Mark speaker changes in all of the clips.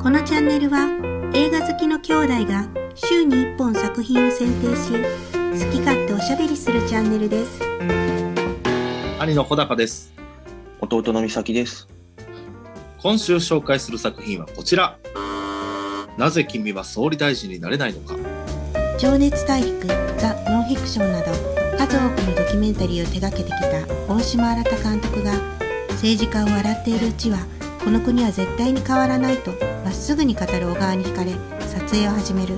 Speaker 1: このチャンネルは映画好きの兄弟が週に1本作品を選定し好き勝手おしゃべりするチャンネルです
Speaker 2: 兄の小高です
Speaker 3: 弟の美咲です。
Speaker 2: 今週紹介する作品はこちらなぜ君は総理大臣になれないのか
Speaker 1: 情熱大陸ザ・ノンフィクションなど数多くのドキュメンタリーを手掛けてきた大島新監督が政治家を笑っているうちはこの国は絶対に変わらないとまっすぐに語る小川に惹かれ撮影を始める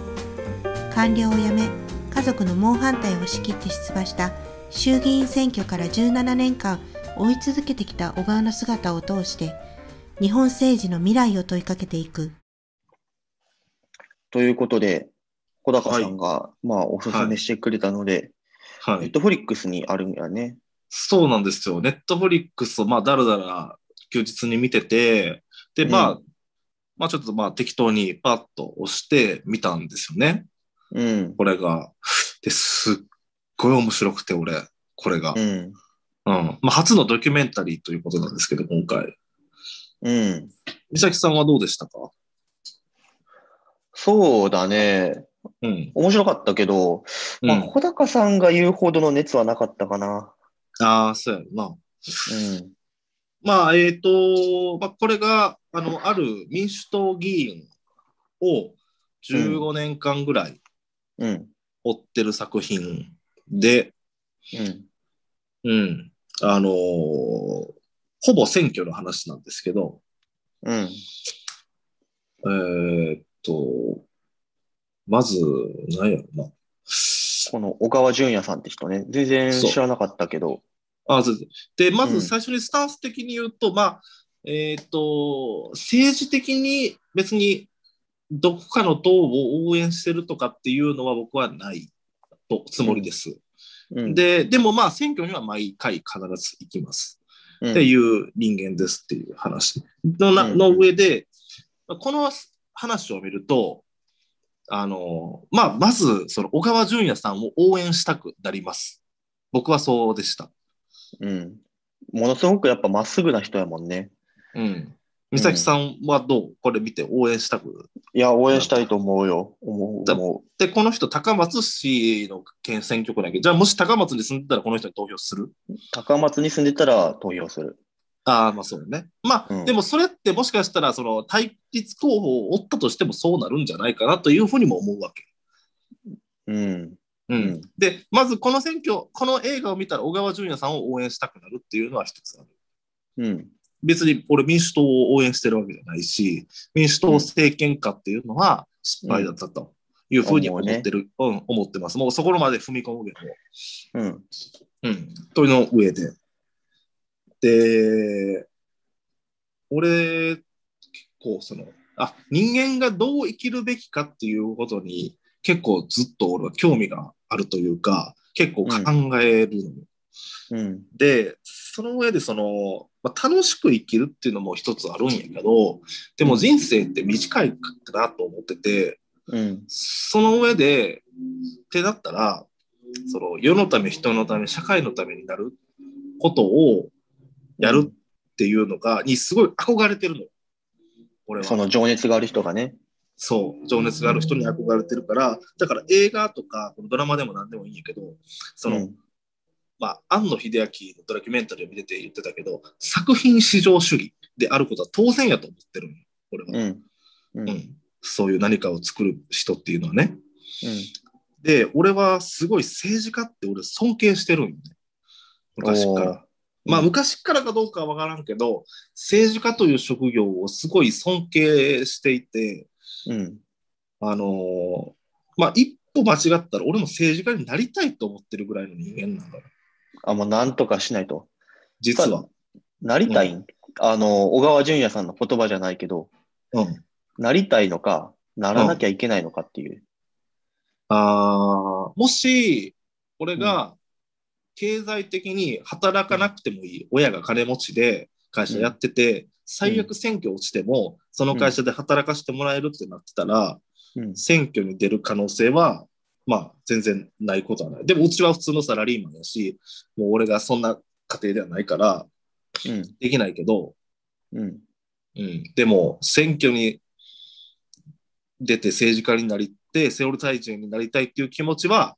Speaker 1: 官僚を辞め家族の猛反対を押し切って出馬した衆議院選挙から17年間追い続けてきた小川の姿を通して日本政治の未来を問いかけていく
Speaker 3: ということで、小高さんが、まあ、おすすめしてくれたので、
Speaker 2: は
Speaker 3: ネッ
Speaker 2: い
Speaker 3: トフリックスにあるんやね。
Speaker 2: そうなんですよネットフリックスをまあだらだら休日に見ててでまあ、
Speaker 3: う
Speaker 2: まあちょっとまあ適当にパッと押して見たんですよね
Speaker 3: うん。
Speaker 2: これがですっごい面白くて俺これが、う
Speaker 3: うんん。
Speaker 2: まあ、初のドキュメンタリーということなんですけど今回
Speaker 3: うん。
Speaker 2: 美咲さんはどうでしたか
Speaker 3: そうだね。
Speaker 2: うん、
Speaker 3: 面白かったけど、
Speaker 2: うん、
Speaker 3: まあ、小高さんが言うほどの熱はなかったかな。
Speaker 2: ああそうやろな
Speaker 3: うん。
Speaker 2: まあ、えっ、と、まあ、これが、あの、ある民主党議員を15年間ぐらい
Speaker 3: うん。
Speaker 2: 追ってる作品で、
Speaker 3: うん。
Speaker 2: うん、あのーほぼ選挙の話なんですけど、
Speaker 3: うん。
Speaker 2: えーっと、まず、なんやろな。
Speaker 3: この小川淳也さんって人ね、全然
Speaker 2: そう
Speaker 3: 知らなかったけど。
Speaker 2: あそうでで、ま
Speaker 3: う
Speaker 2: ず
Speaker 3: ん
Speaker 2: 最初にスタンス的に言うと、まあ、えーっと、政治的に別にどこかの党を応援してるとかっていうのは僕はないとつもりです。
Speaker 3: うん、
Speaker 2: で、でもまあ選挙には毎回必ず行きます
Speaker 3: うん、
Speaker 2: っていう人間ですっていう話のな
Speaker 3: うん
Speaker 2: の上で、この話を見ると、あの、まあ、まず、その小川淳也さんを応援したくなります。僕はそうでした。
Speaker 3: うん。ものすごくやっぱまっすぐな人やもんね。
Speaker 2: うん。美咲さんはどう、これ見て応援したく。
Speaker 3: いや、応援したいと思うよ。思う、思
Speaker 2: で、この人、高松市の県選挙区だけど、じゃあもし高松に住んでたらこの人に投票する
Speaker 3: う。高松に住んでたら投票する。
Speaker 2: ああ、まあそうね。まあ、
Speaker 3: うん
Speaker 2: でもそれってもしかしたら、その対立候補を追ったとしてもそうなるんじゃないかなというふうにも思うわけ。
Speaker 3: うん。
Speaker 2: うん
Speaker 3: うん
Speaker 2: で、まずこの選挙、この映画を見たら小川淳也さんを応援したくなるっていうのは一つある。
Speaker 3: うん。
Speaker 2: 別に俺民主党を応援してるわけじゃないし、民主党政権下っていうのは失敗だったというふうに思ってる、うん思ってます。もうそこまで踏み込むけど、
Speaker 3: うん。
Speaker 2: うん、というの上で。で、俺、結構その、あ、人間がどう生きるべきかっていうことに結構ずっと俺は興味があるというか、結構考えるのよ、
Speaker 3: うん。
Speaker 2: で、その上でその、まあ、楽しく生きるっていうのも一つあるんやけど、でも人生って短いかなと思ってて、
Speaker 3: うん。
Speaker 2: その上で、ってなったら、その世のため、人のため、社会のためになることをやるっていうのが、にすごい憧れてるのよ。俺は。
Speaker 3: その情熱がある人がね。
Speaker 2: そう、情熱がある人に憧れてるから、だから映画とかこのドラマでも何でもいいんやけど、その、
Speaker 3: うん
Speaker 2: まあ、庵野秀明のドキュメンタリーを見てて言ってたけど、作品至上主義であることは当然やと思ってるんよ俺は、
Speaker 3: うん。う。
Speaker 2: うんんそういう何かを作る人っていうのはね。で、俺はすごい政治家って俺尊敬してるんよね。昔か
Speaker 3: おー
Speaker 2: ら。まあ、
Speaker 3: うん
Speaker 2: 昔からかどうかはわからんけど、政治家という職業をすごい尊敬していて、
Speaker 3: うん。
Speaker 2: あのーまあ、一歩間違ったら俺も政治家になりたいと思ってるぐらいの人間なのよ。
Speaker 3: あ、もうなんとかしないと。
Speaker 2: 実は。
Speaker 3: なりたい、
Speaker 2: う
Speaker 3: あの、小川淳也さんの言葉じゃないけど、
Speaker 2: うん。
Speaker 3: なりたいのか、ならなきゃいけないのかっていう。
Speaker 2: あーもし、俺が経済的に働かなくてもいい、親が金持ちで会社やってて、最悪選挙落ちても、その会社で働かせてもらえるってなってたら、
Speaker 3: うん。
Speaker 2: 選挙に出る可能性は、まあ、全然ないことはない。でも、うちは普通のサラリーマンだし、もう俺がそんな家庭ではないから、
Speaker 3: うん。
Speaker 2: できないけど、
Speaker 3: うん。
Speaker 2: うん、でも、選挙に出て政治家になりて、セオル大臣になりたいっていう気持ちは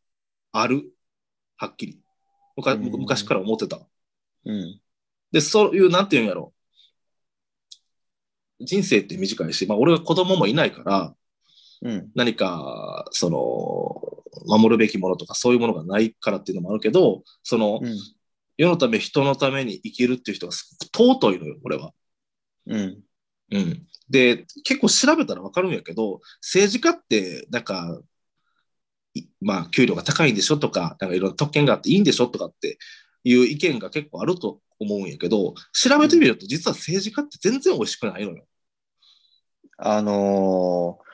Speaker 2: ある。はっきり。むか
Speaker 3: うん
Speaker 2: 昔から思ってた。
Speaker 3: うん。
Speaker 2: で、そういう、なんていうんやろ。人生って短いし、まあ俺は子供もいないから、
Speaker 3: うん。
Speaker 2: 何か、その、守るべきものとかそういうものがないからっていうのもあるけど、その、
Speaker 3: うん。
Speaker 2: 世のため人のために生きるっていう人がすごく尊いのよ、俺は。
Speaker 3: うん。
Speaker 2: うん。で、結構調べたらわかるんやけど、政治家って、なんか、いまあ、給料が高いんでしょとか、なんかいろんな特権があっていいんでしょとかっていう意見が結構あると思うんやけど、調べてみると、実は政治家って全然美味しくないのよ。
Speaker 3: あのー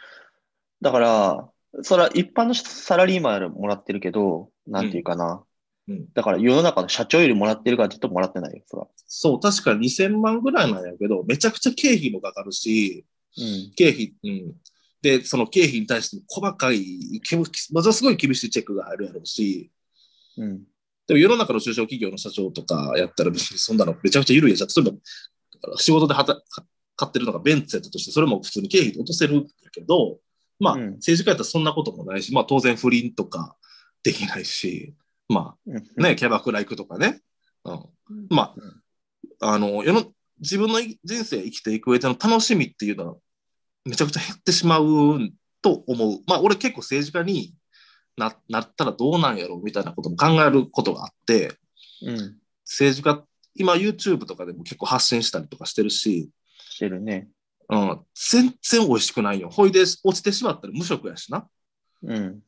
Speaker 3: だから、それは一般の人サラリーマンよりもらってるけど、なんていうかな。
Speaker 2: うん。
Speaker 3: だから世の中の社長よりもらってるかって言うともらってないよ、そら。
Speaker 2: そう、確か2000万ぐらいなんやけど、めちゃくちゃ経費もかかるし、
Speaker 3: うん。
Speaker 2: 経費、うん。で、その経費に対しても細かい、けもものすごい厳しいチェックがあるやろうし、
Speaker 3: うん。
Speaker 2: でも世の中の中小企業の社長とかやったら別にそんなのめちゃくちゃ緩いやつだ。例えば、仕事ではたか買ってるのがベンツやったとして、それも普通に経費で落とせるんだけど、まあ、
Speaker 3: うん
Speaker 2: 政治家やったらそんなこともないし、まあ当然不倫とかできないし、ま
Speaker 3: うん
Speaker 2: あね、キャバクラ行くとかね。うん
Speaker 1: うん。
Speaker 2: ま
Speaker 3: うん
Speaker 2: あ、あの、世の、自分のい人生生きていく上での楽しみっていうのは、めちゃくちゃ減ってしまうと思う。まあ、俺結構政治家にななったらどうなんやろうみたいなことも考えることがあって、
Speaker 3: うん。
Speaker 2: 政治家、今 YouTube とかでも結構発信したりとかしてるし、
Speaker 3: してるね。
Speaker 2: うん、全然美味しくないよ。ほいで落ちてしまったら無職やしな。
Speaker 3: うん。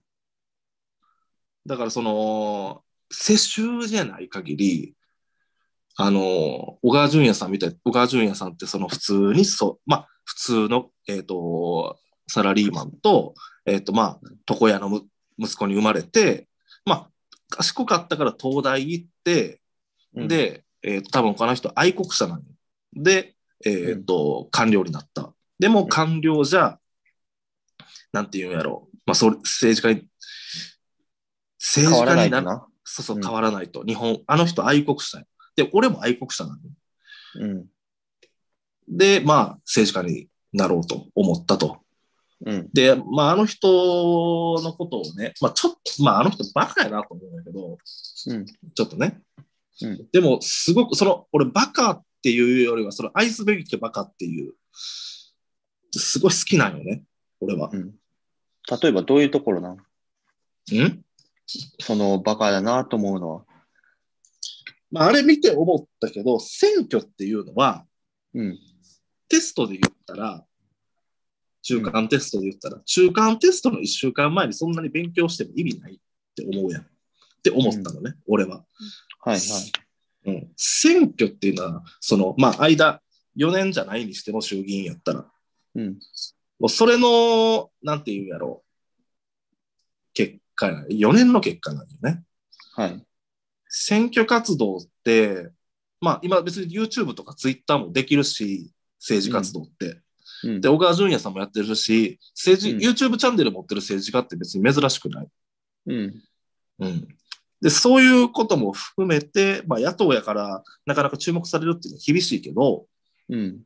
Speaker 2: だからその、世襲じゃない限り、あの、小川淳也さんみたい、小川淳也さんってその普通にそう、まあ、普通の、えっ、と、サラリーマンと、えっ、と、まあ、床屋のむ息子に生まれて、まあ、賢かったから東大行って、
Speaker 3: うん、
Speaker 2: で、えー、と多分この人愛国者なのよで、えーと官僚になった。でも官僚じゃ、なんていうんやろまあ、それ政治家に、
Speaker 3: 変
Speaker 2: 政治
Speaker 3: わら
Speaker 2: 家
Speaker 3: ない
Speaker 2: に
Speaker 3: か
Speaker 2: な
Speaker 3: な。
Speaker 2: そうそうう、
Speaker 3: ん
Speaker 2: 変わらないと。日本、あの人愛国者やで、俺も愛国者なのよ
Speaker 3: うん。
Speaker 2: で、まあ、政治家になろうと思ったと。
Speaker 3: うん。
Speaker 2: で、まあ、あの人のことをね、まあ、ちょっと、まあ、あの人バカやなと思うんだけど、
Speaker 3: うん
Speaker 2: ちょっとね。
Speaker 3: うん
Speaker 2: でも、すごく、その、俺、バカっていうよりは、その、愛すべきバカっていう、すごい好きなんよね、俺は
Speaker 3: う。ん。例えばどういうところなん
Speaker 2: うん
Speaker 3: そのバカだなと思うのは。
Speaker 2: まあ、あれ見て思ったけど、選挙っていうのは、
Speaker 3: うん。
Speaker 2: テストで言ったら、中間テストで言ったら、中間テストの1週間前にそんなに勉強しても意味ないって思うやん。って思ったのね、俺は。
Speaker 3: はいはい。
Speaker 2: うん、選挙っていうのは、その、まあ、間、4年じゃないにしても衆議院やったら、
Speaker 3: うん。
Speaker 2: もうそれの、なんていうんやろう、結果や、4年の結果なんよね。
Speaker 3: はい。
Speaker 2: 選挙活動って、まあ、今別に YouTube とか Twitter もできるし、政治活動って。
Speaker 3: うん
Speaker 2: で、。小川淳也さんもやってるし、政治、
Speaker 3: う
Speaker 2: YouTube チャンネル持ってる政治家って別に珍しくない。
Speaker 3: うん。
Speaker 2: うん。で、そういうことも含めて、まあ、野党やから、なかなか注目されるっていうのは厳しいけど、
Speaker 3: うん。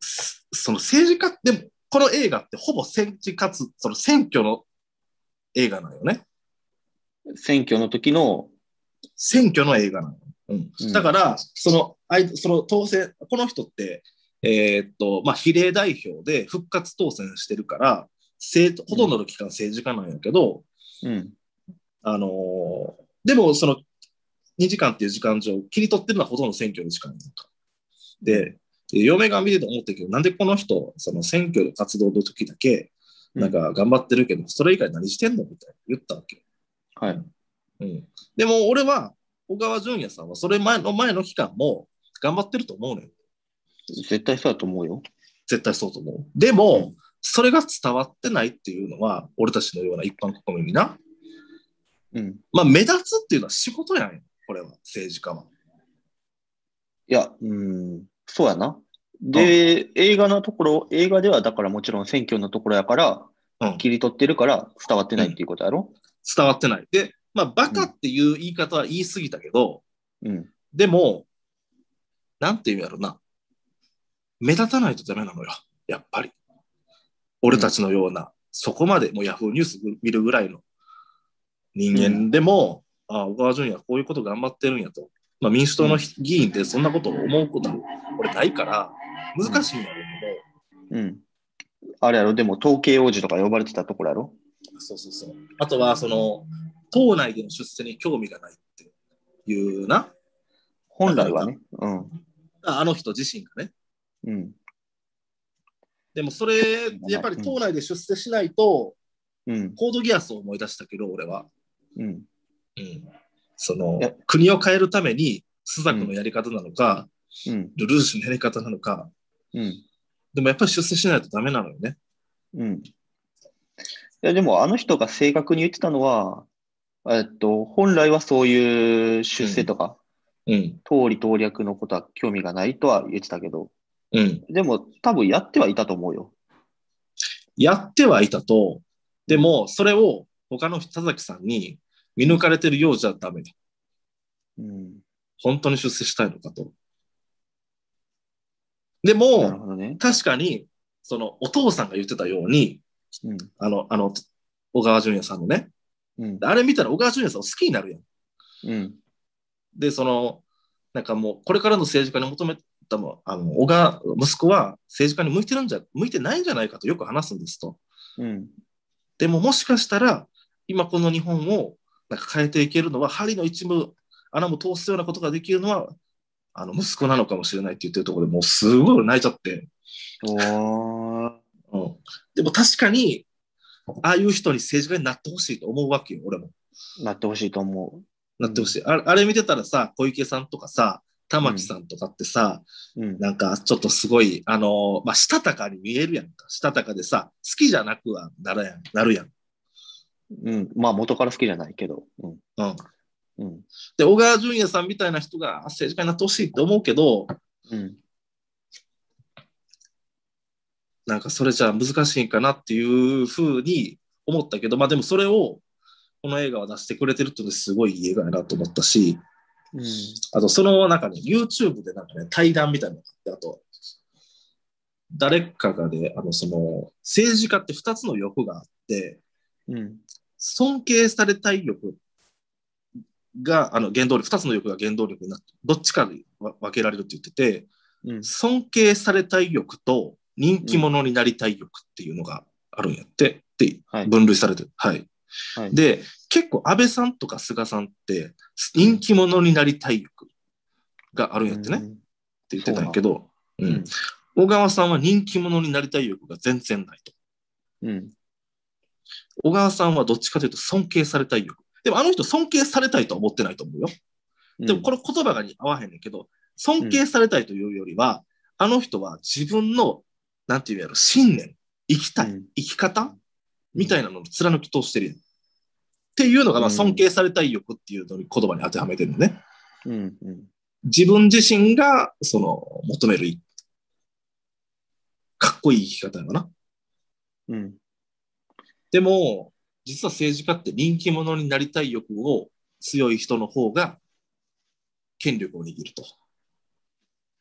Speaker 2: すその政治家でもこの映画ってほぼ政治かつその選挙の映画なんよね。
Speaker 3: 選挙の時の、
Speaker 2: 選挙の映画なの。うん
Speaker 3: うん
Speaker 2: だから、その、あいその当選、この人って、えーっと、まあ、比例代表で復活当選してるから、政ほとんどの期間政治家なんやけど、
Speaker 3: うん。
Speaker 2: あのーでもその2時間っていう時間上、切り取ってるのはほとんど選挙の時間なんか。で、で嫁が見てて思ったけど、なんでこの人、その選挙の活動の時だけ、なんか頑張ってるけど、それ以外何してんのみたいな言ったわけ。
Speaker 3: はい。
Speaker 2: うん。でも俺は、小川淳也さんはそれ前の前の期間も頑張ってると思うねん。
Speaker 3: 絶対そうだと思うよ。
Speaker 2: 絶対そうと思う。でも、
Speaker 3: うん
Speaker 2: それが伝わってないっていうのは、俺たちのような一般国民にな。
Speaker 3: うん。
Speaker 2: まあ、目立つっていうのは仕事やんよ。これは、政治家は。
Speaker 3: いや、うん。そうやな。で、映画のところ、映画ではだからもちろん選挙のところやから、
Speaker 2: うん。
Speaker 3: 切り取ってるから伝わってないっていうことやろ
Speaker 2: 伝わってない。で、まあ、バカっていう言い方は言い過ぎたけど、
Speaker 3: うん。
Speaker 2: でも、なんていうんやろな。目立たないとダメなのよ。やっぱり。俺たちのような、そこまでもうヤフーニュース見るぐらいの人間でも、ああ、小川淳也こういうこと頑張ってるんやと。まあ民主党の議員ってそんなことを思うこと俺ないから、難しいんやろう
Speaker 3: うん。あれやろ、でも統計王子とか呼ばれてたところやろ
Speaker 2: けど、そうそうそう。あとは、その、党内での出世に興味がないっていうな、
Speaker 3: 本来はね。うん。
Speaker 2: ああの人自身がね。
Speaker 3: うん。
Speaker 2: でもそれ、やっぱり党内で出世しないと、
Speaker 3: うん。
Speaker 2: コードギアスを思い出したけど、俺は。
Speaker 3: うん。
Speaker 2: うんその
Speaker 3: いや
Speaker 2: 国を変えるためにスザクのやり方なのか、
Speaker 3: うん。
Speaker 2: ルルーシュのやり方なのか、
Speaker 3: うん。
Speaker 2: でもやっぱり出世しないとダメなのよね。
Speaker 3: うん。いや、でもあの人が正確に言ってたのは、えっと、本来はそういう出世とか、
Speaker 2: うん。
Speaker 3: 通り党略のことは興味がないとは言ってたけど、
Speaker 2: うん。
Speaker 3: でも多分やってはいたと思うよ。
Speaker 2: やってはいたと、でもそれを他の田崎さんに見抜かれてるようじゃダメだ。
Speaker 3: うん。
Speaker 2: 本当に出世したいのかと。で
Speaker 3: なる
Speaker 2: も、
Speaker 3: ほどね。
Speaker 2: 確かに、そのお父さんが言ってたように、
Speaker 3: うん。
Speaker 2: あの、あの、小川淳也さんのね、
Speaker 3: うん。
Speaker 2: あれ見たら小川淳也さんを好きになるやん。
Speaker 3: うん。
Speaker 2: で、その、なんかもう、これからの政治家に求めたも、あの、小川、息子は政治家に向いてるんじゃ、向いてないんじゃないかとよく話すんですと。
Speaker 3: うん。
Speaker 2: でももしかしたら、今この日本をなんか変えていけるのは、針の一部、穴も通すようなことができるのは、あの、息子なのかもしれないって言ってるところでもう、すごい俺泣いちゃって。
Speaker 3: おー。
Speaker 2: うん。でも確かに、ああいう人に政治家になってほしいと思うわけよ、俺も。
Speaker 3: なってほしいと思
Speaker 2: なってほしい。あれあれ見てたらさ、小池さんとかさ、玉木さんとかってさ、
Speaker 3: う。うん。
Speaker 2: なんかちょっとすごい、あのーまあ、したたかに見えるやんか。したたかでさ、好きじゃなくはならやん、なるやん。
Speaker 3: うん。まあ元から好きじゃないけど。うん。
Speaker 2: うん。
Speaker 3: うん。
Speaker 2: で、小川淳也さんみたいな人があ政治家になってほしいって思うけど、
Speaker 3: うん。
Speaker 2: なんかそれじゃ難しいんかなっていうふうに思ったけど、まあでもそれを、この映画は出してくれてるっていうのですごいいい映画やなと思ったし、
Speaker 3: うん。
Speaker 2: あとその中に YouTube でなんかね、対談みたいなのがあって、あと、誰かがね、あの、その、政治家って2つの欲があって、
Speaker 3: うん。
Speaker 2: 尊敬されたい欲が、あの、原動力、二つの欲が原動力になって、どっちかにわ分けられるって言ってて、
Speaker 3: うん。
Speaker 2: 尊敬されたい欲と人気者になりたい欲っていうのがあるんやって、って
Speaker 3: はい
Speaker 2: 分類されてる。はい。
Speaker 3: はい
Speaker 2: で、結構安倍さんとか菅さんって、人気者になりたい欲があるんやってね、って言ってたんやけど、う
Speaker 3: うんん。
Speaker 2: 小川さんは人気者になりたい欲が全然ないと。
Speaker 3: うん。
Speaker 2: 小川さんはどっちかというと尊敬されたい欲。でもあの人尊敬されたいとは思ってないと思うよ。でもこれ言葉がに合わへんねんけど、尊敬されたいというよりは、あの人は自分の、なんていうやろ、信念、生きたい、
Speaker 3: うん
Speaker 2: 生き方みたいなのを貫き通してるやん。っていうのが、まあ、
Speaker 3: うん
Speaker 2: 尊敬されたい欲っていうのに言葉に当てはめてるのね。
Speaker 3: うん。うん。
Speaker 2: 自分自身が、その、求めるい、かっこいい生き方やわな。
Speaker 3: うん。
Speaker 2: でも、実は政治家って人気者になりたい欲を強い人の方が、権力を握ると。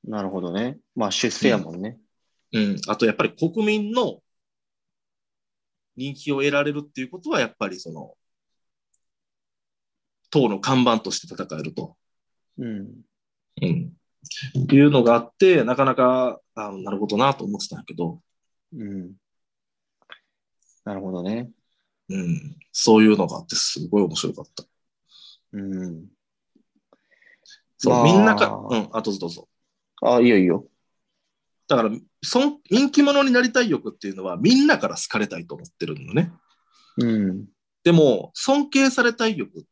Speaker 3: なるほどね。まあ出世やもんね。
Speaker 2: うん、あとやっぱり国民の人気を得られるっていうことは、やっぱりその、党の看板として戦えると、
Speaker 3: うん。
Speaker 2: うん、いうのがあって、なかなか、あなるほどなと思ってたんやけど、
Speaker 3: うん。なるほどね。
Speaker 2: うん、そういうのがあって、すごい面白かった。
Speaker 3: うん。
Speaker 2: そう、
Speaker 3: まあ
Speaker 2: みんなか、うん、あ、どうぞどうぞ。
Speaker 3: あ、いいよいいよ。
Speaker 2: だから、その人気者になりたい欲っていうのは、みんなから好かれたいと思ってるのね。
Speaker 3: うん。
Speaker 2: でも、尊敬されたい欲、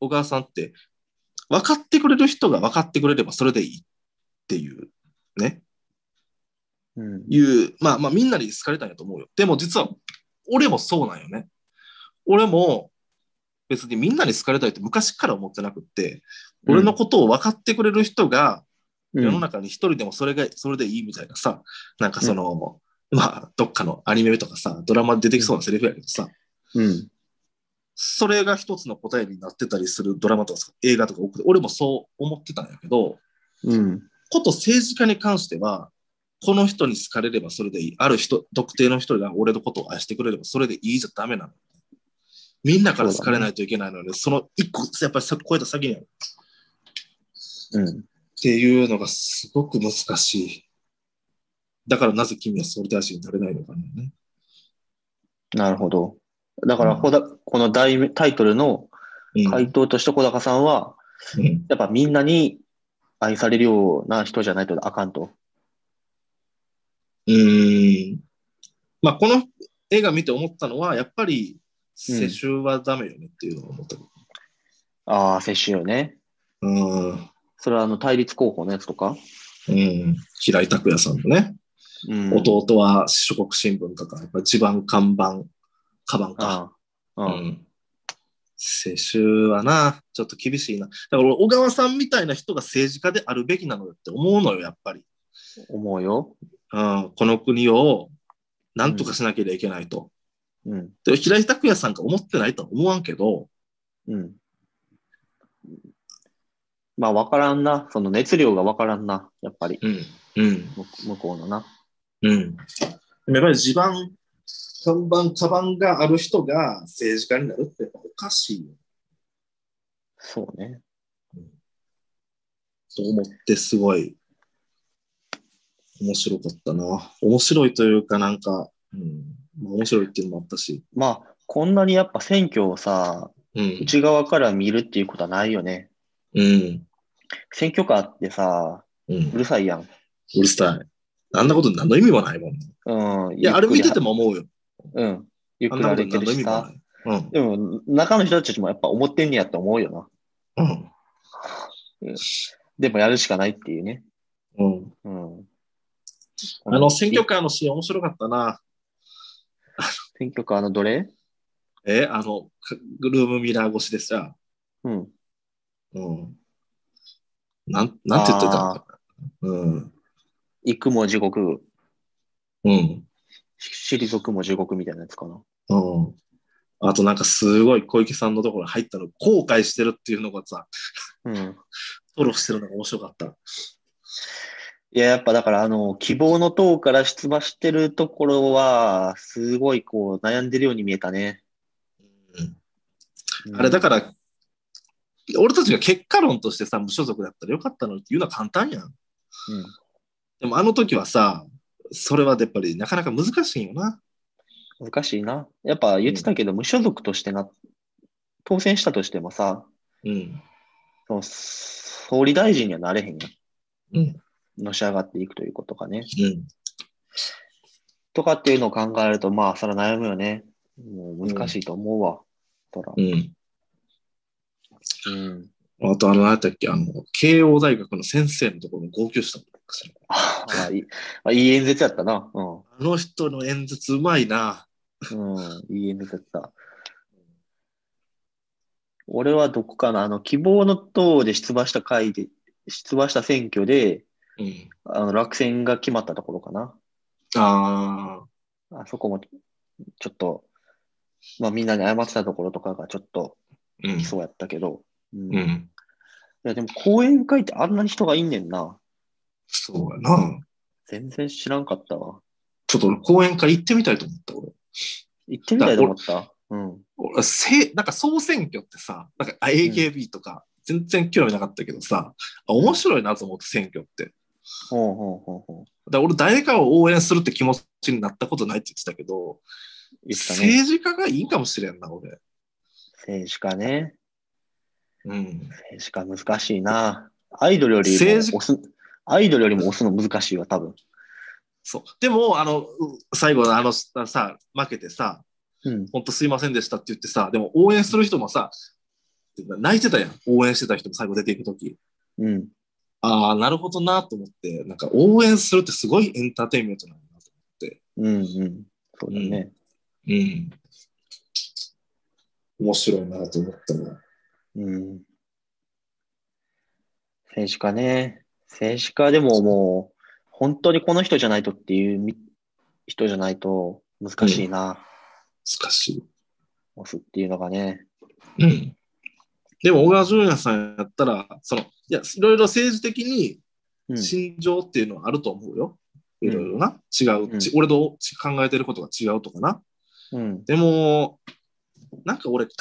Speaker 2: 小川さんって、分かってくれる人が分かってくれればそれでいいっていう、ね、
Speaker 3: うん。
Speaker 2: いう、まあまあみんなに好かれたんやと思うよ。でも実は、俺もそうなんよね。俺も別にみんなに好かれたいって昔から思ってなくって、俺のことを分かってくれる人が、世の中に一人でもそれが、それでいいみたいなさ、なんかその、まあ、どっかのアニメとかさ、ドラマで出てきそうなセリフやけどさ、
Speaker 3: うん。
Speaker 2: それが一つの答えになってたりするドラマとか映画とか多くて、俺もそう思ってたんやけど、
Speaker 3: うん。
Speaker 2: こと政治家に関しては、この人に好かれればそれでいい。ある人、特定の人が俺のことを愛してくれればそれでいいじゃダメなの。みんなから好かれないといけないので、そ,、の一個、やっぱりさ超えた先にある。
Speaker 3: うん。
Speaker 2: っていうのがすごく難しい。だからなぜ君は総理大臣になれないのかね。
Speaker 3: なるほど。だから、ほだ、この題タイトルの
Speaker 2: うん
Speaker 3: 回答として小高さんは、
Speaker 2: うん
Speaker 3: やっぱみんなに愛されるような人じゃないとあかんと。
Speaker 2: うーん。まあ、この映画見て思ったのは、やっぱり世襲はダメよねっていうのを思った。
Speaker 3: ああ、接種よね。
Speaker 2: うん。
Speaker 3: それはあの対立候補のやつとか。
Speaker 2: うん。平井拓也さんのね、
Speaker 3: うん。
Speaker 2: 弟は四国新聞とか、やっぱ地盤、看板、カバンか。
Speaker 3: ああ。
Speaker 2: う
Speaker 3: うん。
Speaker 2: ん。世襲はな、ちょっと厳しいな。だから俺、小川さんみたいな人が政治家であるべきなのよって思うのよ、やっぱり。
Speaker 3: 思うよ。
Speaker 2: うん、この国をなんとかしなければいけないと。
Speaker 3: うん。
Speaker 2: で平井拓也さんが思ってないとは思わんけど、
Speaker 3: うん。まあ、わからんな。その熱量がわからんな。やっぱり、
Speaker 2: うん、うん、
Speaker 3: む向こうのな。
Speaker 2: うん。やっぱり地盤、看板、カバンがある人が政治家になるっておかしい
Speaker 3: そうね。
Speaker 2: と思って、すごい面白かったな。面白いというか、なんか、うん、まあ面白いっていうのもあったし、
Speaker 3: まあ、こんなにやっぱ選挙をさ、
Speaker 2: うん、
Speaker 3: 内側から見るっていうことはないよね。
Speaker 2: うん、
Speaker 3: 選挙カーってさ、
Speaker 2: う、
Speaker 3: うんるさいやん。
Speaker 2: うるさい。あんなこと何の意味もないもん。
Speaker 3: うん。
Speaker 2: いや、あれ見てて
Speaker 3: も。
Speaker 2: も思うよ。
Speaker 3: うん。ゆっ
Speaker 2: あ
Speaker 3: く
Speaker 2: ん
Speaker 3: り
Speaker 2: なこと
Speaker 3: 歩
Speaker 2: 何の意
Speaker 3: いてるし
Speaker 2: 味も
Speaker 3: さ
Speaker 2: な。い。うん。
Speaker 3: でも、中の人たちもやっぱ思ってんねやって思うよな。
Speaker 2: うん
Speaker 3: でもやるしかないっていうね。
Speaker 2: うん、
Speaker 3: うん。
Speaker 2: あの選挙カーのシーン面白かったな。
Speaker 3: 選挙カーの奴隷
Speaker 2: え、あの、かルームミラー越しでさ、
Speaker 3: うん。
Speaker 2: うん。なん、なんて言ってたのかな。うん。
Speaker 3: 行くも地獄、
Speaker 2: うん。
Speaker 3: し退くも地獄みたいなやつかな。
Speaker 2: うん。あとなんかすごい小池さんのところ入ったの後悔してるっていうのがさ、
Speaker 3: うん。
Speaker 2: フォローしてるのが面白かった。
Speaker 3: いや、やっぱだから、あの、希望の党から出馬してるところは、すごいこう、悩んでるように見えたね。
Speaker 2: あれだ
Speaker 3: か
Speaker 2: から、俺たちが結果論としてさ、無所属だったらよかったのにって言うのは簡単やん。
Speaker 3: ら、
Speaker 2: でもあの時はさ、それはやっぱりなかなか難しいよな。
Speaker 3: うん。難しいな。やっぱ言ってたけど、無所属としてな、当選したとしてもさ、
Speaker 2: うん。
Speaker 3: その総理大臣にはなれへんや
Speaker 2: うん。
Speaker 3: ん。のし上がっていくということかね。
Speaker 2: うん。
Speaker 3: とかっていうのを考えると、まあ、それは悩むよね。もう難しいと思うわ。そら
Speaker 2: うん。
Speaker 3: うん。
Speaker 2: あと、あの、何やったっけ、あの、慶応大学の先生のところも号泣したもん
Speaker 3: ああいいあいい演説やったな。う
Speaker 2: あの人の演説うまいな。
Speaker 3: ん。うん。いい演説やった。俺はどこかなあの、希望の党で出馬した会で、出馬した選挙で、
Speaker 2: うん。
Speaker 3: あの、落選が決まったところかな。
Speaker 2: ああ、
Speaker 3: あそこも、ちょっと、まあ、みんなに謝ってたところとかがちょっと
Speaker 2: う
Speaker 3: い
Speaker 2: ん。
Speaker 3: そうやったけど。うん
Speaker 2: う
Speaker 3: い
Speaker 2: ん。
Speaker 3: や、でも講演会ってあんなに人がいんねんな。
Speaker 2: そうやな。
Speaker 3: 全然知らんかったわ。
Speaker 2: ちょっと俺、講演会行ってみたいと思った、俺。
Speaker 3: 行ってみたいと思った。うん。
Speaker 2: 俺せなんか総選挙ってさ、なんかあ AKB とか、全然興味なかったけどさ、あ面白いなと思って、選挙って。
Speaker 3: ほうほうほうほう。
Speaker 2: だから俺、誰かを応援するって気持ちになったことないって言ってたけど、
Speaker 3: 言ったね。
Speaker 2: 政治家がいいかもしれんな、俺。
Speaker 3: 政治家ね。
Speaker 2: うん。
Speaker 3: 政治家難しいな。アイドルよりも
Speaker 2: 政治
Speaker 3: 押す、アイドルよりも押すの難しいわ、多分。
Speaker 2: そう。でも、あの、う最後のあのさ、負けてさ、
Speaker 3: うん。
Speaker 2: 本当すいませんでしたって言ってさ、でも応援する人もさ、泣いてたやん。応援してた人も最後出ていくとき。
Speaker 3: うん。
Speaker 2: ああ、なるほどなと思って、なんか応援するってすごいエンターテインメントなんだなと。
Speaker 3: うんうん。そうだね。
Speaker 2: うん。面白いなと思ったな。
Speaker 3: うん。政治家ね。政治家でももう、本当にこの人じゃないとっていうみ人じゃないと難しいな。
Speaker 2: 難しい。
Speaker 3: 押すっていうのがね。
Speaker 2: うん。でも、小川淳也さんやったら、その、いや、いろいろ政治的に
Speaker 3: うん。
Speaker 2: 心情っていうのはあると思うよ。いろいろな。違う、ち俺とち考えてることが違うとかな。
Speaker 3: うん。
Speaker 2: でも、なんか俺考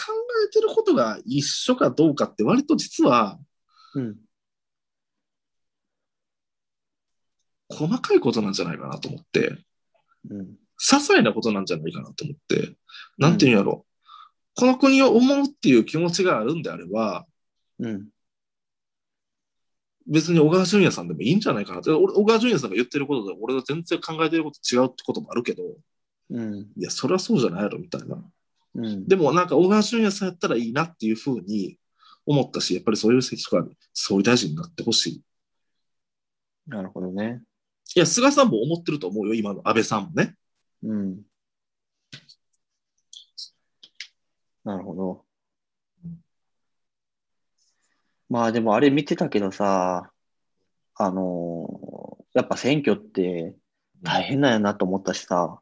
Speaker 2: えてることが一緒かどうかって割と実は
Speaker 3: うん。
Speaker 2: 細かいことなんじゃないかなと思って、
Speaker 3: うん。
Speaker 2: 些細なことなんじゃないかなと思って、なんていうんやろ。この国を思うっていう気持ちがあるんであれば、
Speaker 3: うん。
Speaker 2: 別に小川淳也さんでもいいんじゃないかなって、俺小川淳也さんが言ってることで俺は全然考えてること違うってこともあるけど、
Speaker 3: うん。
Speaker 2: いや、それはそうじゃないやろみたいな。
Speaker 3: うん。
Speaker 2: でもなんか小川淳也さんやったらいいなっていうふうに思ったし、やっぱりそういう人が総理大臣になってほしい。
Speaker 3: なるほどね。
Speaker 2: いや、菅さんも思ってると思うよ、今の安倍さんもね。
Speaker 3: うん。なるほど
Speaker 2: うん。
Speaker 3: まあでもあれ見てたけどさ、あのーやっぱ選挙って大変なんやなと思ったしさ、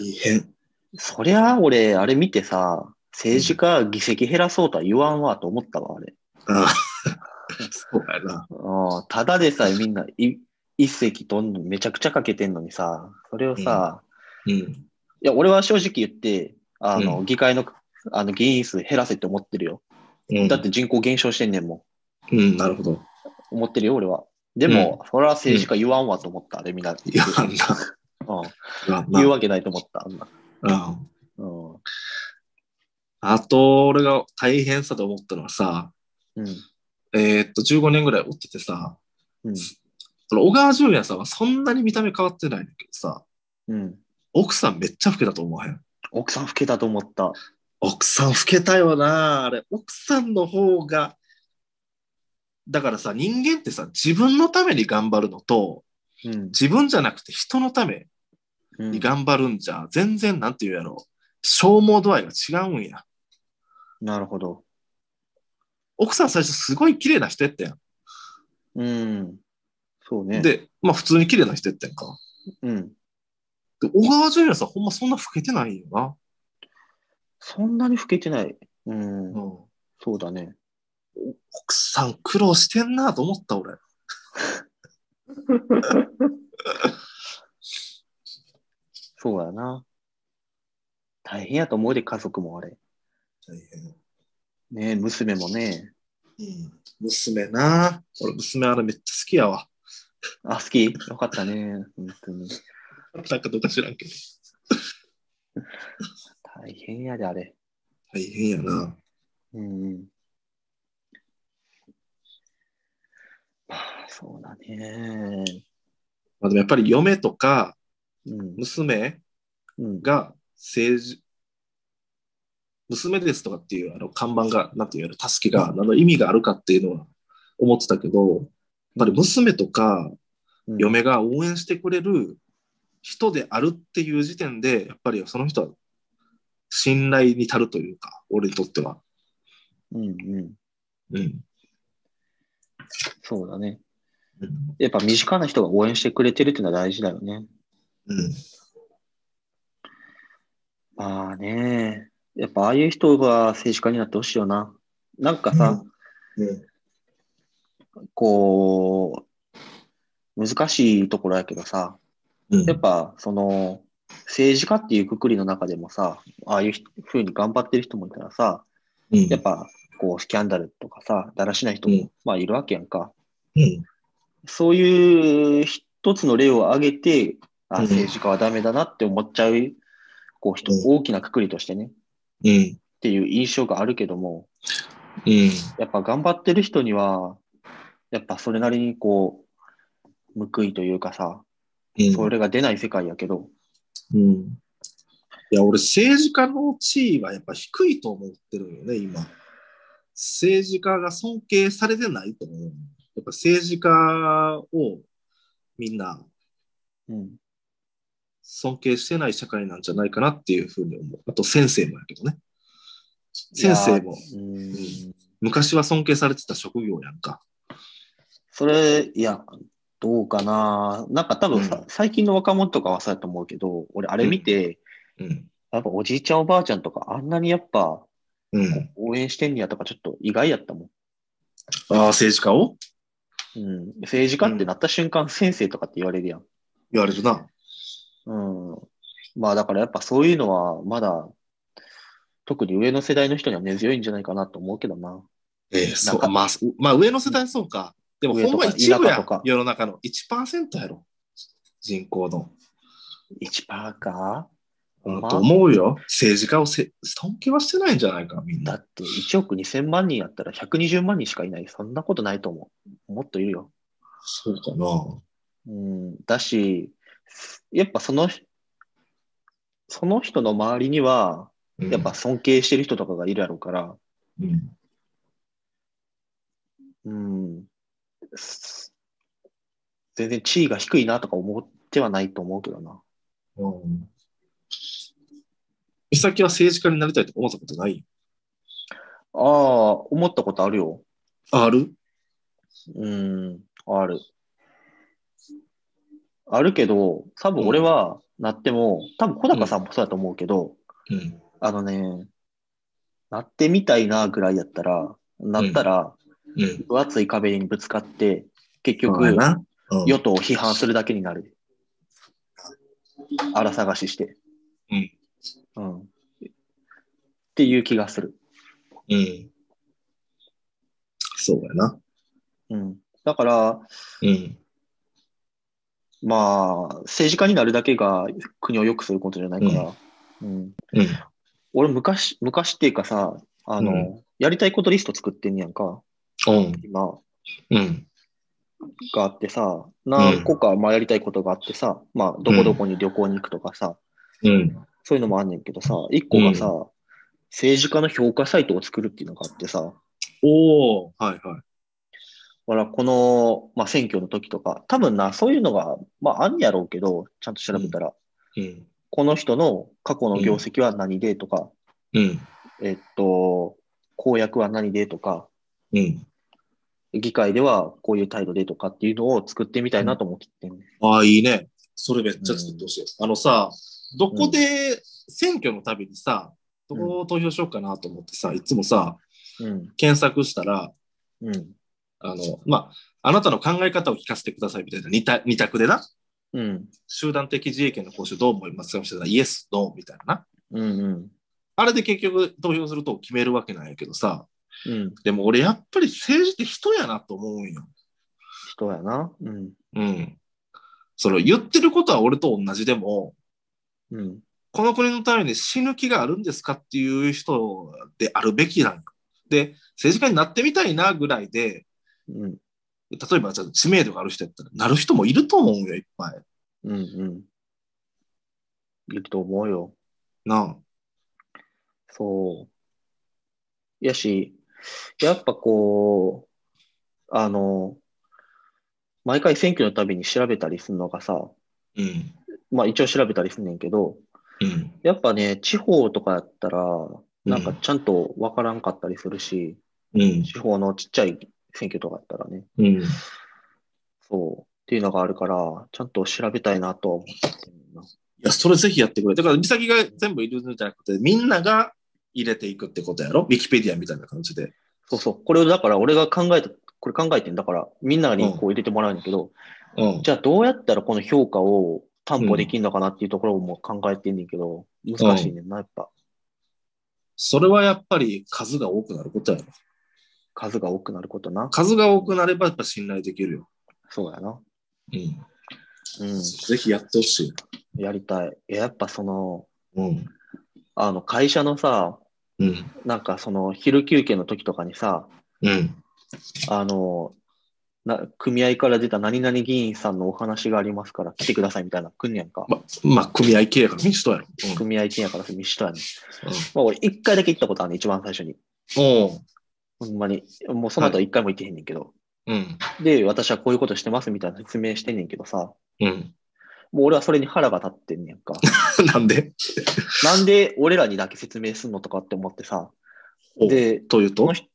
Speaker 2: 大変。
Speaker 3: そりゃあ俺、あれ見てさ、政治家議席減らそうとは言わんわと思ったわ、あれ。
Speaker 2: ああそうだよな。
Speaker 3: うんただでさえみんない一席どんどんめちゃくちゃかけてんのにさ、それをさ、
Speaker 2: うん。
Speaker 3: いや、俺は正直言って、あの、
Speaker 2: う
Speaker 3: 議会の、あの、議員数減らせって思ってるよ。
Speaker 2: うん、
Speaker 3: だって人口減少してんねんも
Speaker 2: うん、なるほど。
Speaker 3: ん。思ってるよ、俺は。でも、それは政治家言わんわと思った、あれ、みんな。
Speaker 2: いや、あんな。
Speaker 3: うん
Speaker 2: あんな
Speaker 3: 言うわけないと思った、あんな。
Speaker 2: うん
Speaker 3: うん。
Speaker 2: あと、俺が大変さと思ったのはさ、
Speaker 3: うん。
Speaker 2: えーっと、15年ぐらい追っててさ、
Speaker 3: うん。
Speaker 2: その小川淳也さんはそんなに見た目変わってないんだけどさ、
Speaker 3: うん。
Speaker 2: 奥さんめっちゃ老けたと思わへん。
Speaker 3: 奥さん老けたと思った。
Speaker 2: 奥さん老けたよな、あれ。奥さんの方が、だからさ、人間ってさ、自分のために頑張るのと、
Speaker 3: うん。
Speaker 2: 自分じゃなくて人のため
Speaker 3: う
Speaker 2: に
Speaker 3: ん、
Speaker 2: 頑張るんじゃ、全然なんて言うやろ消耗度合いが違うんや。
Speaker 3: なるほど。
Speaker 2: 奥さん最初すごい綺麗な人やったやん。
Speaker 3: うん。そうね。、
Speaker 2: で、まあ普通に綺麗な人やったやんか。
Speaker 3: うん。
Speaker 2: で、小川淳也さんほんまそんな老けてないよな。
Speaker 3: そんなに老けてない。うん。
Speaker 2: うん。
Speaker 3: そうだね。
Speaker 2: 奥さん苦労してんなと思った俺。
Speaker 3: そうやな。大変やと思うで、家族もあれ。
Speaker 2: 大変。
Speaker 3: ねえ娘もね。
Speaker 2: うん。娘な俺娘あれめっちゃ好きやわ。
Speaker 3: あ、好きよかったね。本当に。
Speaker 2: なんかどうか知らんけど。
Speaker 3: 大変やで、あれ。
Speaker 2: 大変やな。
Speaker 3: うんうん。まあ、そうだね。
Speaker 2: まあでもやっぱり嫁とか
Speaker 3: うん。
Speaker 2: 娘
Speaker 3: うん。
Speaker 2: が政治、娘ですとかっていうあの看板が、なんていうの、たすきが、あの意味があるかっていうのは思ってたけど、やっぱり娘とか
Speaker 3: うん、
Speaker 2: 嫁が応援してくれる人であるっていう時点で、やっぱりその人は信頼に足るというか、俺にとっては。
Speaker 3: うんうん。
Speaker 2: うん。
Speaker 3: そうだね。
Speaker 2: うん。
Speaker 3: やっぱ身近な人が応援してくれてるっていうのは大事だよね。
Speaker 2: うん。
Speaker 3: まあね。やっぱああいう人が政治家になってほしいよな。なんかさ、
Speaker 2: うん
Speaker 3: こう、難しいところやけどさ、
Speaker 2: うん
Speaker 3: やっぱ、その、政治家っていうくくりの中でもさ、ああいうひふうに頑張ってる人もいたらさ、
Speaker 2: うん
Speaker 3: やっぱ、こう、スキャンダルとかさ、だらしない人も、
Speaker 2: うん
Speaker 3: まあ、いるわけやんか。
Speaker 2: うん
Speaker 3: そういう一つの例を挙げて、あ、
Speaker 2: うん
Speaker 3: 政治家はダメだなって思っちゃう、こう、人、
Speaker 2: うん
Speaker 3: 大きなくくりとしてね、っ
Speaker 2: うん。
Speaker 3: ていう印象があるけども、
Speaker 2: うん。
Speaker 3: やっぱ頑張ってる人には、やっぱそれなりにこう、報いというかさ、
Speaker 2: うん。
Speaker 3: それが出ない世界やけど、
Speaker 2: うんいや、俺、政治家の地位はやっぱ低いと思ってるよね、今。政治家が尊敬されてないと思う。やっぱ政治家をみんな
Speaker 3: うん、
Speaker 2: 尊敬してない社会なんじゃないかなっていうふうに思う。あと先生もやけどね。
Speaker 3: いや
Speaker 2: 先
Speaker 3: ー
Speaker 2: 生も
Speaker 3: うん、
Speaker 2: 昔は尊敬されてた職業やんか。
Speaker 3: それ、いや、どうかな。なんか多分さ、
Speaker 2: うん
Speaker 3: 最近の若者とかはそうやと思うけど、俺、あれ見て、
Speaker 2: うん。
Speaker 3: やっぱおじいちゃん、おばあちゃんとか、あんなにやっぱ
Speaker 2: うん。
Speaker 3: 応援してんねやとか、ちょっと意外やったも
Speaker 2: ああ、政治家を
Speaker 3: ん。うん、政治家ってなった瞬間、先生とかって言われるやん。
Speaker 2: 言われるな。
Speaker 3: うん。まあだからやっぱそういうのはまだ、特に上の世代の人には根強いんじゃないかなと思うけどな。
Speaker 2: ええそ
Speaker 3: な
Speaker 2: う。
Speaker 3: んか
Speaker 2: まあ、そうまあ、上の世代そうか。でも、
Speaker 3: 上
Speaker 2: ほん
Speaker 3: とか
Speaker 2: ま一部
Speaker 3: 田舎
Speaker 2: や
Speaker 3: とか
Speaker 2: ん。世の中の1%やろ。人口の。
Speaker 3: 1%かほんま
Speaker 2: と思うよ。政治家をせ尊敬はしてないんじゃないか、みん
Speaker 3: だ
Speaker 2: な。
Speaker 3: って1億2000万人やったら120万人しかいない。そんなことないと思う。もっといるよ。
Speaker 2: そうかな。
Speaker 3: うん。だし、やっぱその、その人の周りには、
Speaker 2: うん
Speaker 3: やっぱ、尊敬してる人とかがいるやろうから、
Speaker 2: うん
Speaker 3: うん。す全然地位が低いなとか思ってはないと思うけどな。
Speaker 2: うん。美咲は政治家になりたいと思ったことない
Speaker 3: ああ、思ったことあるよ。
Speaker 2: ある
Speaker 3: うん、ある。あるけど、多分俺はなっても、多分小高さんもそうだと思うけど、
Speaker 2: うん。
Speaker 3: あのね、なってみたいなぐらいやったら、なったら、
Speaker 2: うん。
Speaker 3: 分厚い壁にぶつかって、結
Speaker 2: そうや
Speaker 3: 局、
Speaker 2: な。うん
Speaker 3: 与党を批判するだけになる。あら探しして。
Speaker 2: うん。
Speaker 3: うん。っていう気がする。
Speaker 2: うん。そうやな。
Speaker 3: うん。だから、
Speaker 2: うん。
Speaker 3: まあ、政治家になるだけが国を良くすることじゃないから、うん。
Speaker 2: うん。
Speaker 3: 俺、昔、昔っていうかさ、あの、
Speaker 2: うん
Speaker 3: やりたいことリスト作ってんねやんか、
Speaker 2: うん。
Speaker 3: 今、
Speaker 2: うん。
Speaker 3: があってさ、何個か、まあ、やりたいことがあってさ、まあ、どこどこに旅行に行くとかさ、
Speaker 2: うん。
Speaker 3: そういうのもあんねんけどさ、一個がさ、政治家の評価サイトを作るっていうのがあってさ、
Speaker 2: おー、はいはい。
Speaker 3: ほら、この、まあ、選挙の時とか、多分な、そういうのが、まあ、あんやろうけど、ちゃんと調べたら、
Speaker 2: うん。
Speaker 3: この人の過去の業績は何でとか、
Speaker 2: うん。
Speaker 3: えっと、公約は何でとか、
Speaker 2: うん。
Speaker 3: 議会ではこういう態度でとかっていうのを作ってみたいなと思ってんね。
Speaker 2: ああ、いいね。それめっちゃ作ってほしい。あのさ、どこで選挙のたびにさ、どこを投票しようかなと思ってさ、いつもさ、
Speaker 3: うん。
Speaker 2: 検索したら、
Speaker 3: うん。
Speaker 2: あの、まあ、あなたの考え方を聞かせてくださいみたいな二択二択でな、
Speaker 3: うん。
Speaker 2: 集団的自衛権の行使どう思いますかみたいな、イエス、ノーみたいなな。
Speaker 3: うん。うん。
Speaker 2: あれで結局投票すると決めるわけなんやけどさ、
Speaker 3: うん。
Speaker 2: でも俺やっぱり政治って人やなと思うんよ。
Speaker 3: 人やな。うん。
Speaker 2: うん。その言ってることは俺と同じでも、
Speaker 3: うん。
Speaker 2: この国のために死ぬ気があるんですかっていう人であるべきなんで、政治家になってみたいなぐらいで、
Speaker 3: うん。
Speaker 2: 例えばじゃあ知名度がある人やったら、なる人もいると思うよ、いっぱい。
Speaker 3: うん。うん。いると思うよ。
Speaker 2: な
Speaker 3: そう。やし、やっぱこう、あの、毎回選挙のたびに調べたりするのがさ、
Speaker 2: あ。うん。
Speaker 3: まあ一応調べたりすんねんけど、
Speaker 2: うん。
Speaker 3: やっぱね、地方とかやったら、なんかちゃんとわからんかったりするし、
Speaker 2: うん。
Speaker 3: 地方のちっちゃい選挙とかやったらね、
Speaker 2: うん。
Speaker 3: そう、っていうのがあるから、ちゃんと調べたいなとは思ってるない
Speaker 2: や、それぜひやってくれ。だから、美咲が全部入れるんじゃなくて、みんなが入れていくってことやろウィキペディアみたいな感じで。
Speaker 3: そうそう、これをだから俺が考えた、これ考えてんだから、みんなにこう入れてもらうんだけど、
Speaker 2: うん。
Speaker 3: じゃあどうやったらこの評価を担保できるのかなっていうところも考えてんねんけど、難しいねんな、やっぱ。
Speaker 2: それはやっぱり数が多くなることやろ。
Speaker 3: 数が多くなることな。
Speaker 2: 数が多くなればやっぱ信頼できるよ。
Speaker 3: そうやな。
Speaker 2: うん。
Speaker 3: う
Speaker 2: ぜひやってほしい。
Speaker 3: ん。やりたい。いややっぱその、
Speaker 2: うん。
Speaker 3: あの、会社のさ、
Speaker 2: うん。
Speaker 3: なんかその昼休憩の時とかにさ、
Speaker 2: うん。
Speaker 3: あの、な組合から出た何々議員さんのお話がありますから来てくださいみたいな、来んねやんか。
Speaker 2: ま、まあ、組合系やから民主党やろ。
Speaker 3: 組合金やから見したやねん。まあ俺一回だけ行ったことあるねん、一番最初に。
Speaker 2: うん。お
Speaker 3: ほんまに。もうその後は一回も行ってへんねんけど。
Speaker 2: うん。
Speaker 3: で、私はこういうことしてますみたいな説明してんねんけどさ、
Speaker 2: うん。
Speaker 3: もう俺はそれに腹が立ってんねやんか。
Speaker 2: なんで
Speaker 3: なんで俺らにだけ説明すんのとかって思ってさ。
Speaker 2: お
Speaker 3: で、
Speaker 2: という
Speaker 3: ことの人、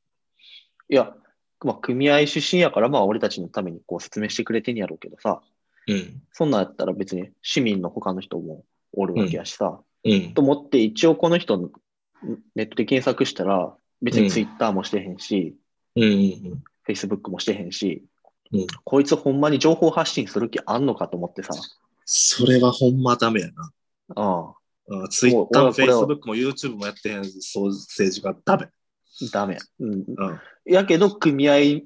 Speaker 3: いや、まあ組合出身やから、まあ俺たちのためにこう説明してくれてんやろうけどさ。
Speaker 2: うん。
Speaker 3: そんなんやったら別に市民の他の人もおるわけやしさ、
Speaker 2: うん
Speaker 3: と。思って一応この人んネットで検索したら別にツイッターもしてへんし、
Speaker 2: うん。
Speaker 3: フェイスブックもしてへんし、
Speaker 2: うん
Speaker 3: こいつほんまに情報発信する気あんのかと思ってさ、
Speaker 2: それはほんまダメやな。
Speaker 3: ああ、
Speaker 2: うん、ツイッター、
Speaker 3: お俺はこれ
Speaker 2: Facebook も YouTube もやってへん、そう、政治がダメ。
Speaker 3: ダメ。うん。
Speaker 2: うん。
Speaker 3: やけど、組合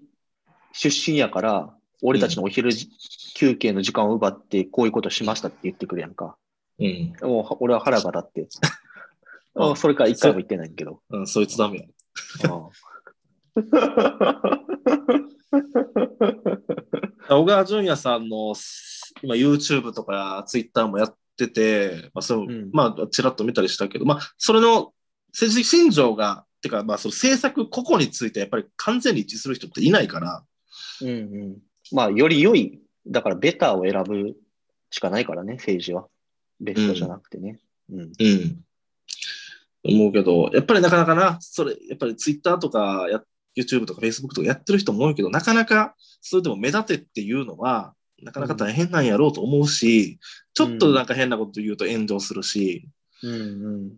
Speaker 3: 出身やから、俺たちのお昼じ休憩の時間を奪って、こういうことしましたって言ってくるやんか。
Speaker 2: うん。
Speaker 3: もうは、俺は腹が立 って。
Speaker 2: うん
Speaker 3: あそれから一回も言ってないんだけ ど。
Speaker 2: うん、そいつダメや。小川淳也さんの今 YouTube とか Twitter もやってて、まあそう
Speaker 3: うん
Speaker 2: まあ、ちらっと見たりしたけど、まあ、それの政治信条が、てか、まあ、その政策個々についてやっぱり完全に一致する人っていないから、
Speaker 3: うんうん。まあ、より良い、だからベターを選ぶしかないからね、政治は。ベストじゃなくてね。うん。
Speaker 2: うん。思うけど、やっぱりなかなかな、それ、やっぱり Twitter とかや YouTube とか Facebook とかやってる人も多いけど、なかなかそれでも目立てっていうのは、なかなか大変なんやろうと思うし、ちょっとなんか変なこと言うと炎上するし、
Speaker 3: うんうん。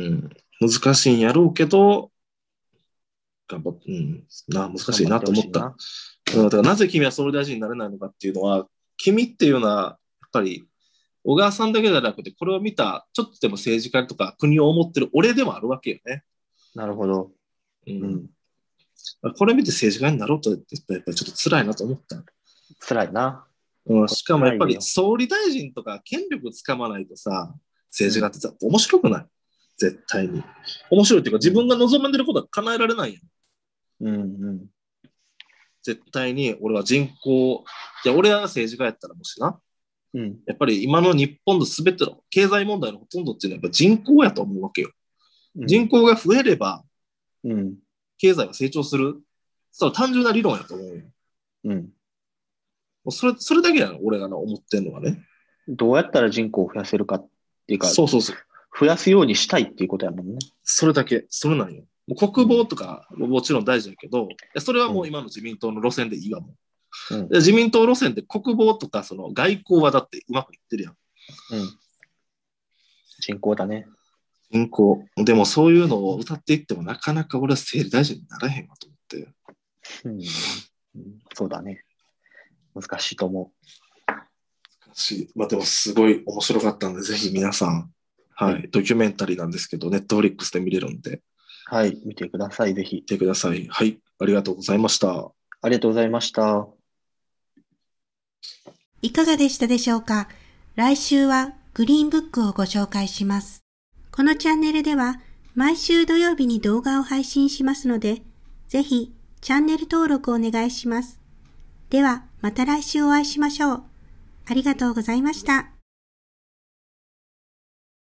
Speaker 2: うん、難しいんやろうけど、頑張っうん、な難しいなと思った。うん、だからなぜ君は総理大臣になれないのかっていうのは、君っていうのは、やっぱり小川さんだけじゃなくて、これを見た、ちょっとでも政治家とか国を思ってる俺でもあるわけよね。
Speaker 3: なるほど。
Speaker 2: う
Speaker 3: うんん。
Speaker 2: これ見て政治家になろうとって、やっぱりちょっと辛いなと思った。
Speaker 3: 辛いな。
Speaker 2: うん、しかもやっぱ
Speaker 3: 辛いよ
Speaker 2: り総理大臣とか権力つかまないとさ、政治家ってさ、面白くない絶対に。面白いっていうか、自分が望んでることは叶えられないやん
Speaker 3: うんうん。
Speaker 2: 絶対に俺は人口、いや、俺らが政治家やったらもしな、
Speaker 3: うん。
Speaker 2: やっぱり今の日本の全ての経済問題のほとんどっていうのはやっぱ人口やと思うわけよ。人口が増えれば
Speaker 3: うん。
Speaker 2: 経済は成長する。そう、単純な理論やと思うよ。も
Speaker 3: うん。
Speaker 2: うそれ、それだけなの、俺がな思ってんのはね。
Speaker 3: どうやったら人口を増やせるかっていうか、
Speaker 2: そうそうそう。
Speaker 3: 増やすようにしたいっていうことやもんね。
Speaker 2: それだけ、それなんよ。もう国防とかももちろん大事だけど、いやそれはもう今の自民党の路線でいいわもう
Speaker 3: うん
Speaker 2: いや自民党路線で国防とかその外交はだってうまくいってるやん。
Speaker 3: うん。人口だね。
Speaker 2: 人口。でもそういうのを歌っていってもなかなか俺は整理大臣にならへんわと思って。
Speaker 3: うん。そうだね。難しいと思
Speaker 2: しまあでもすごい面白かったんで、ぜひ皆さん、はい、
Speaker 3: は
Speaker 2: ドキュメンタリーなんですけど、ネットフリックスで見れるんで、
Speaker 3: う。はい。見てください。ぜひ
Speaker 2: 見。てください。はい、ありがとうございました。
Speaker 3: ありがとうございました。
Speaker 1: いかがでしたでしょうか来週はグリーンブックをご紹介します。このチャンネルでは毎週土曜日に動画を配信しますので、ぜひチャンネル登録お願いします。ではまた来週お会いしましょう。ありがとうございました。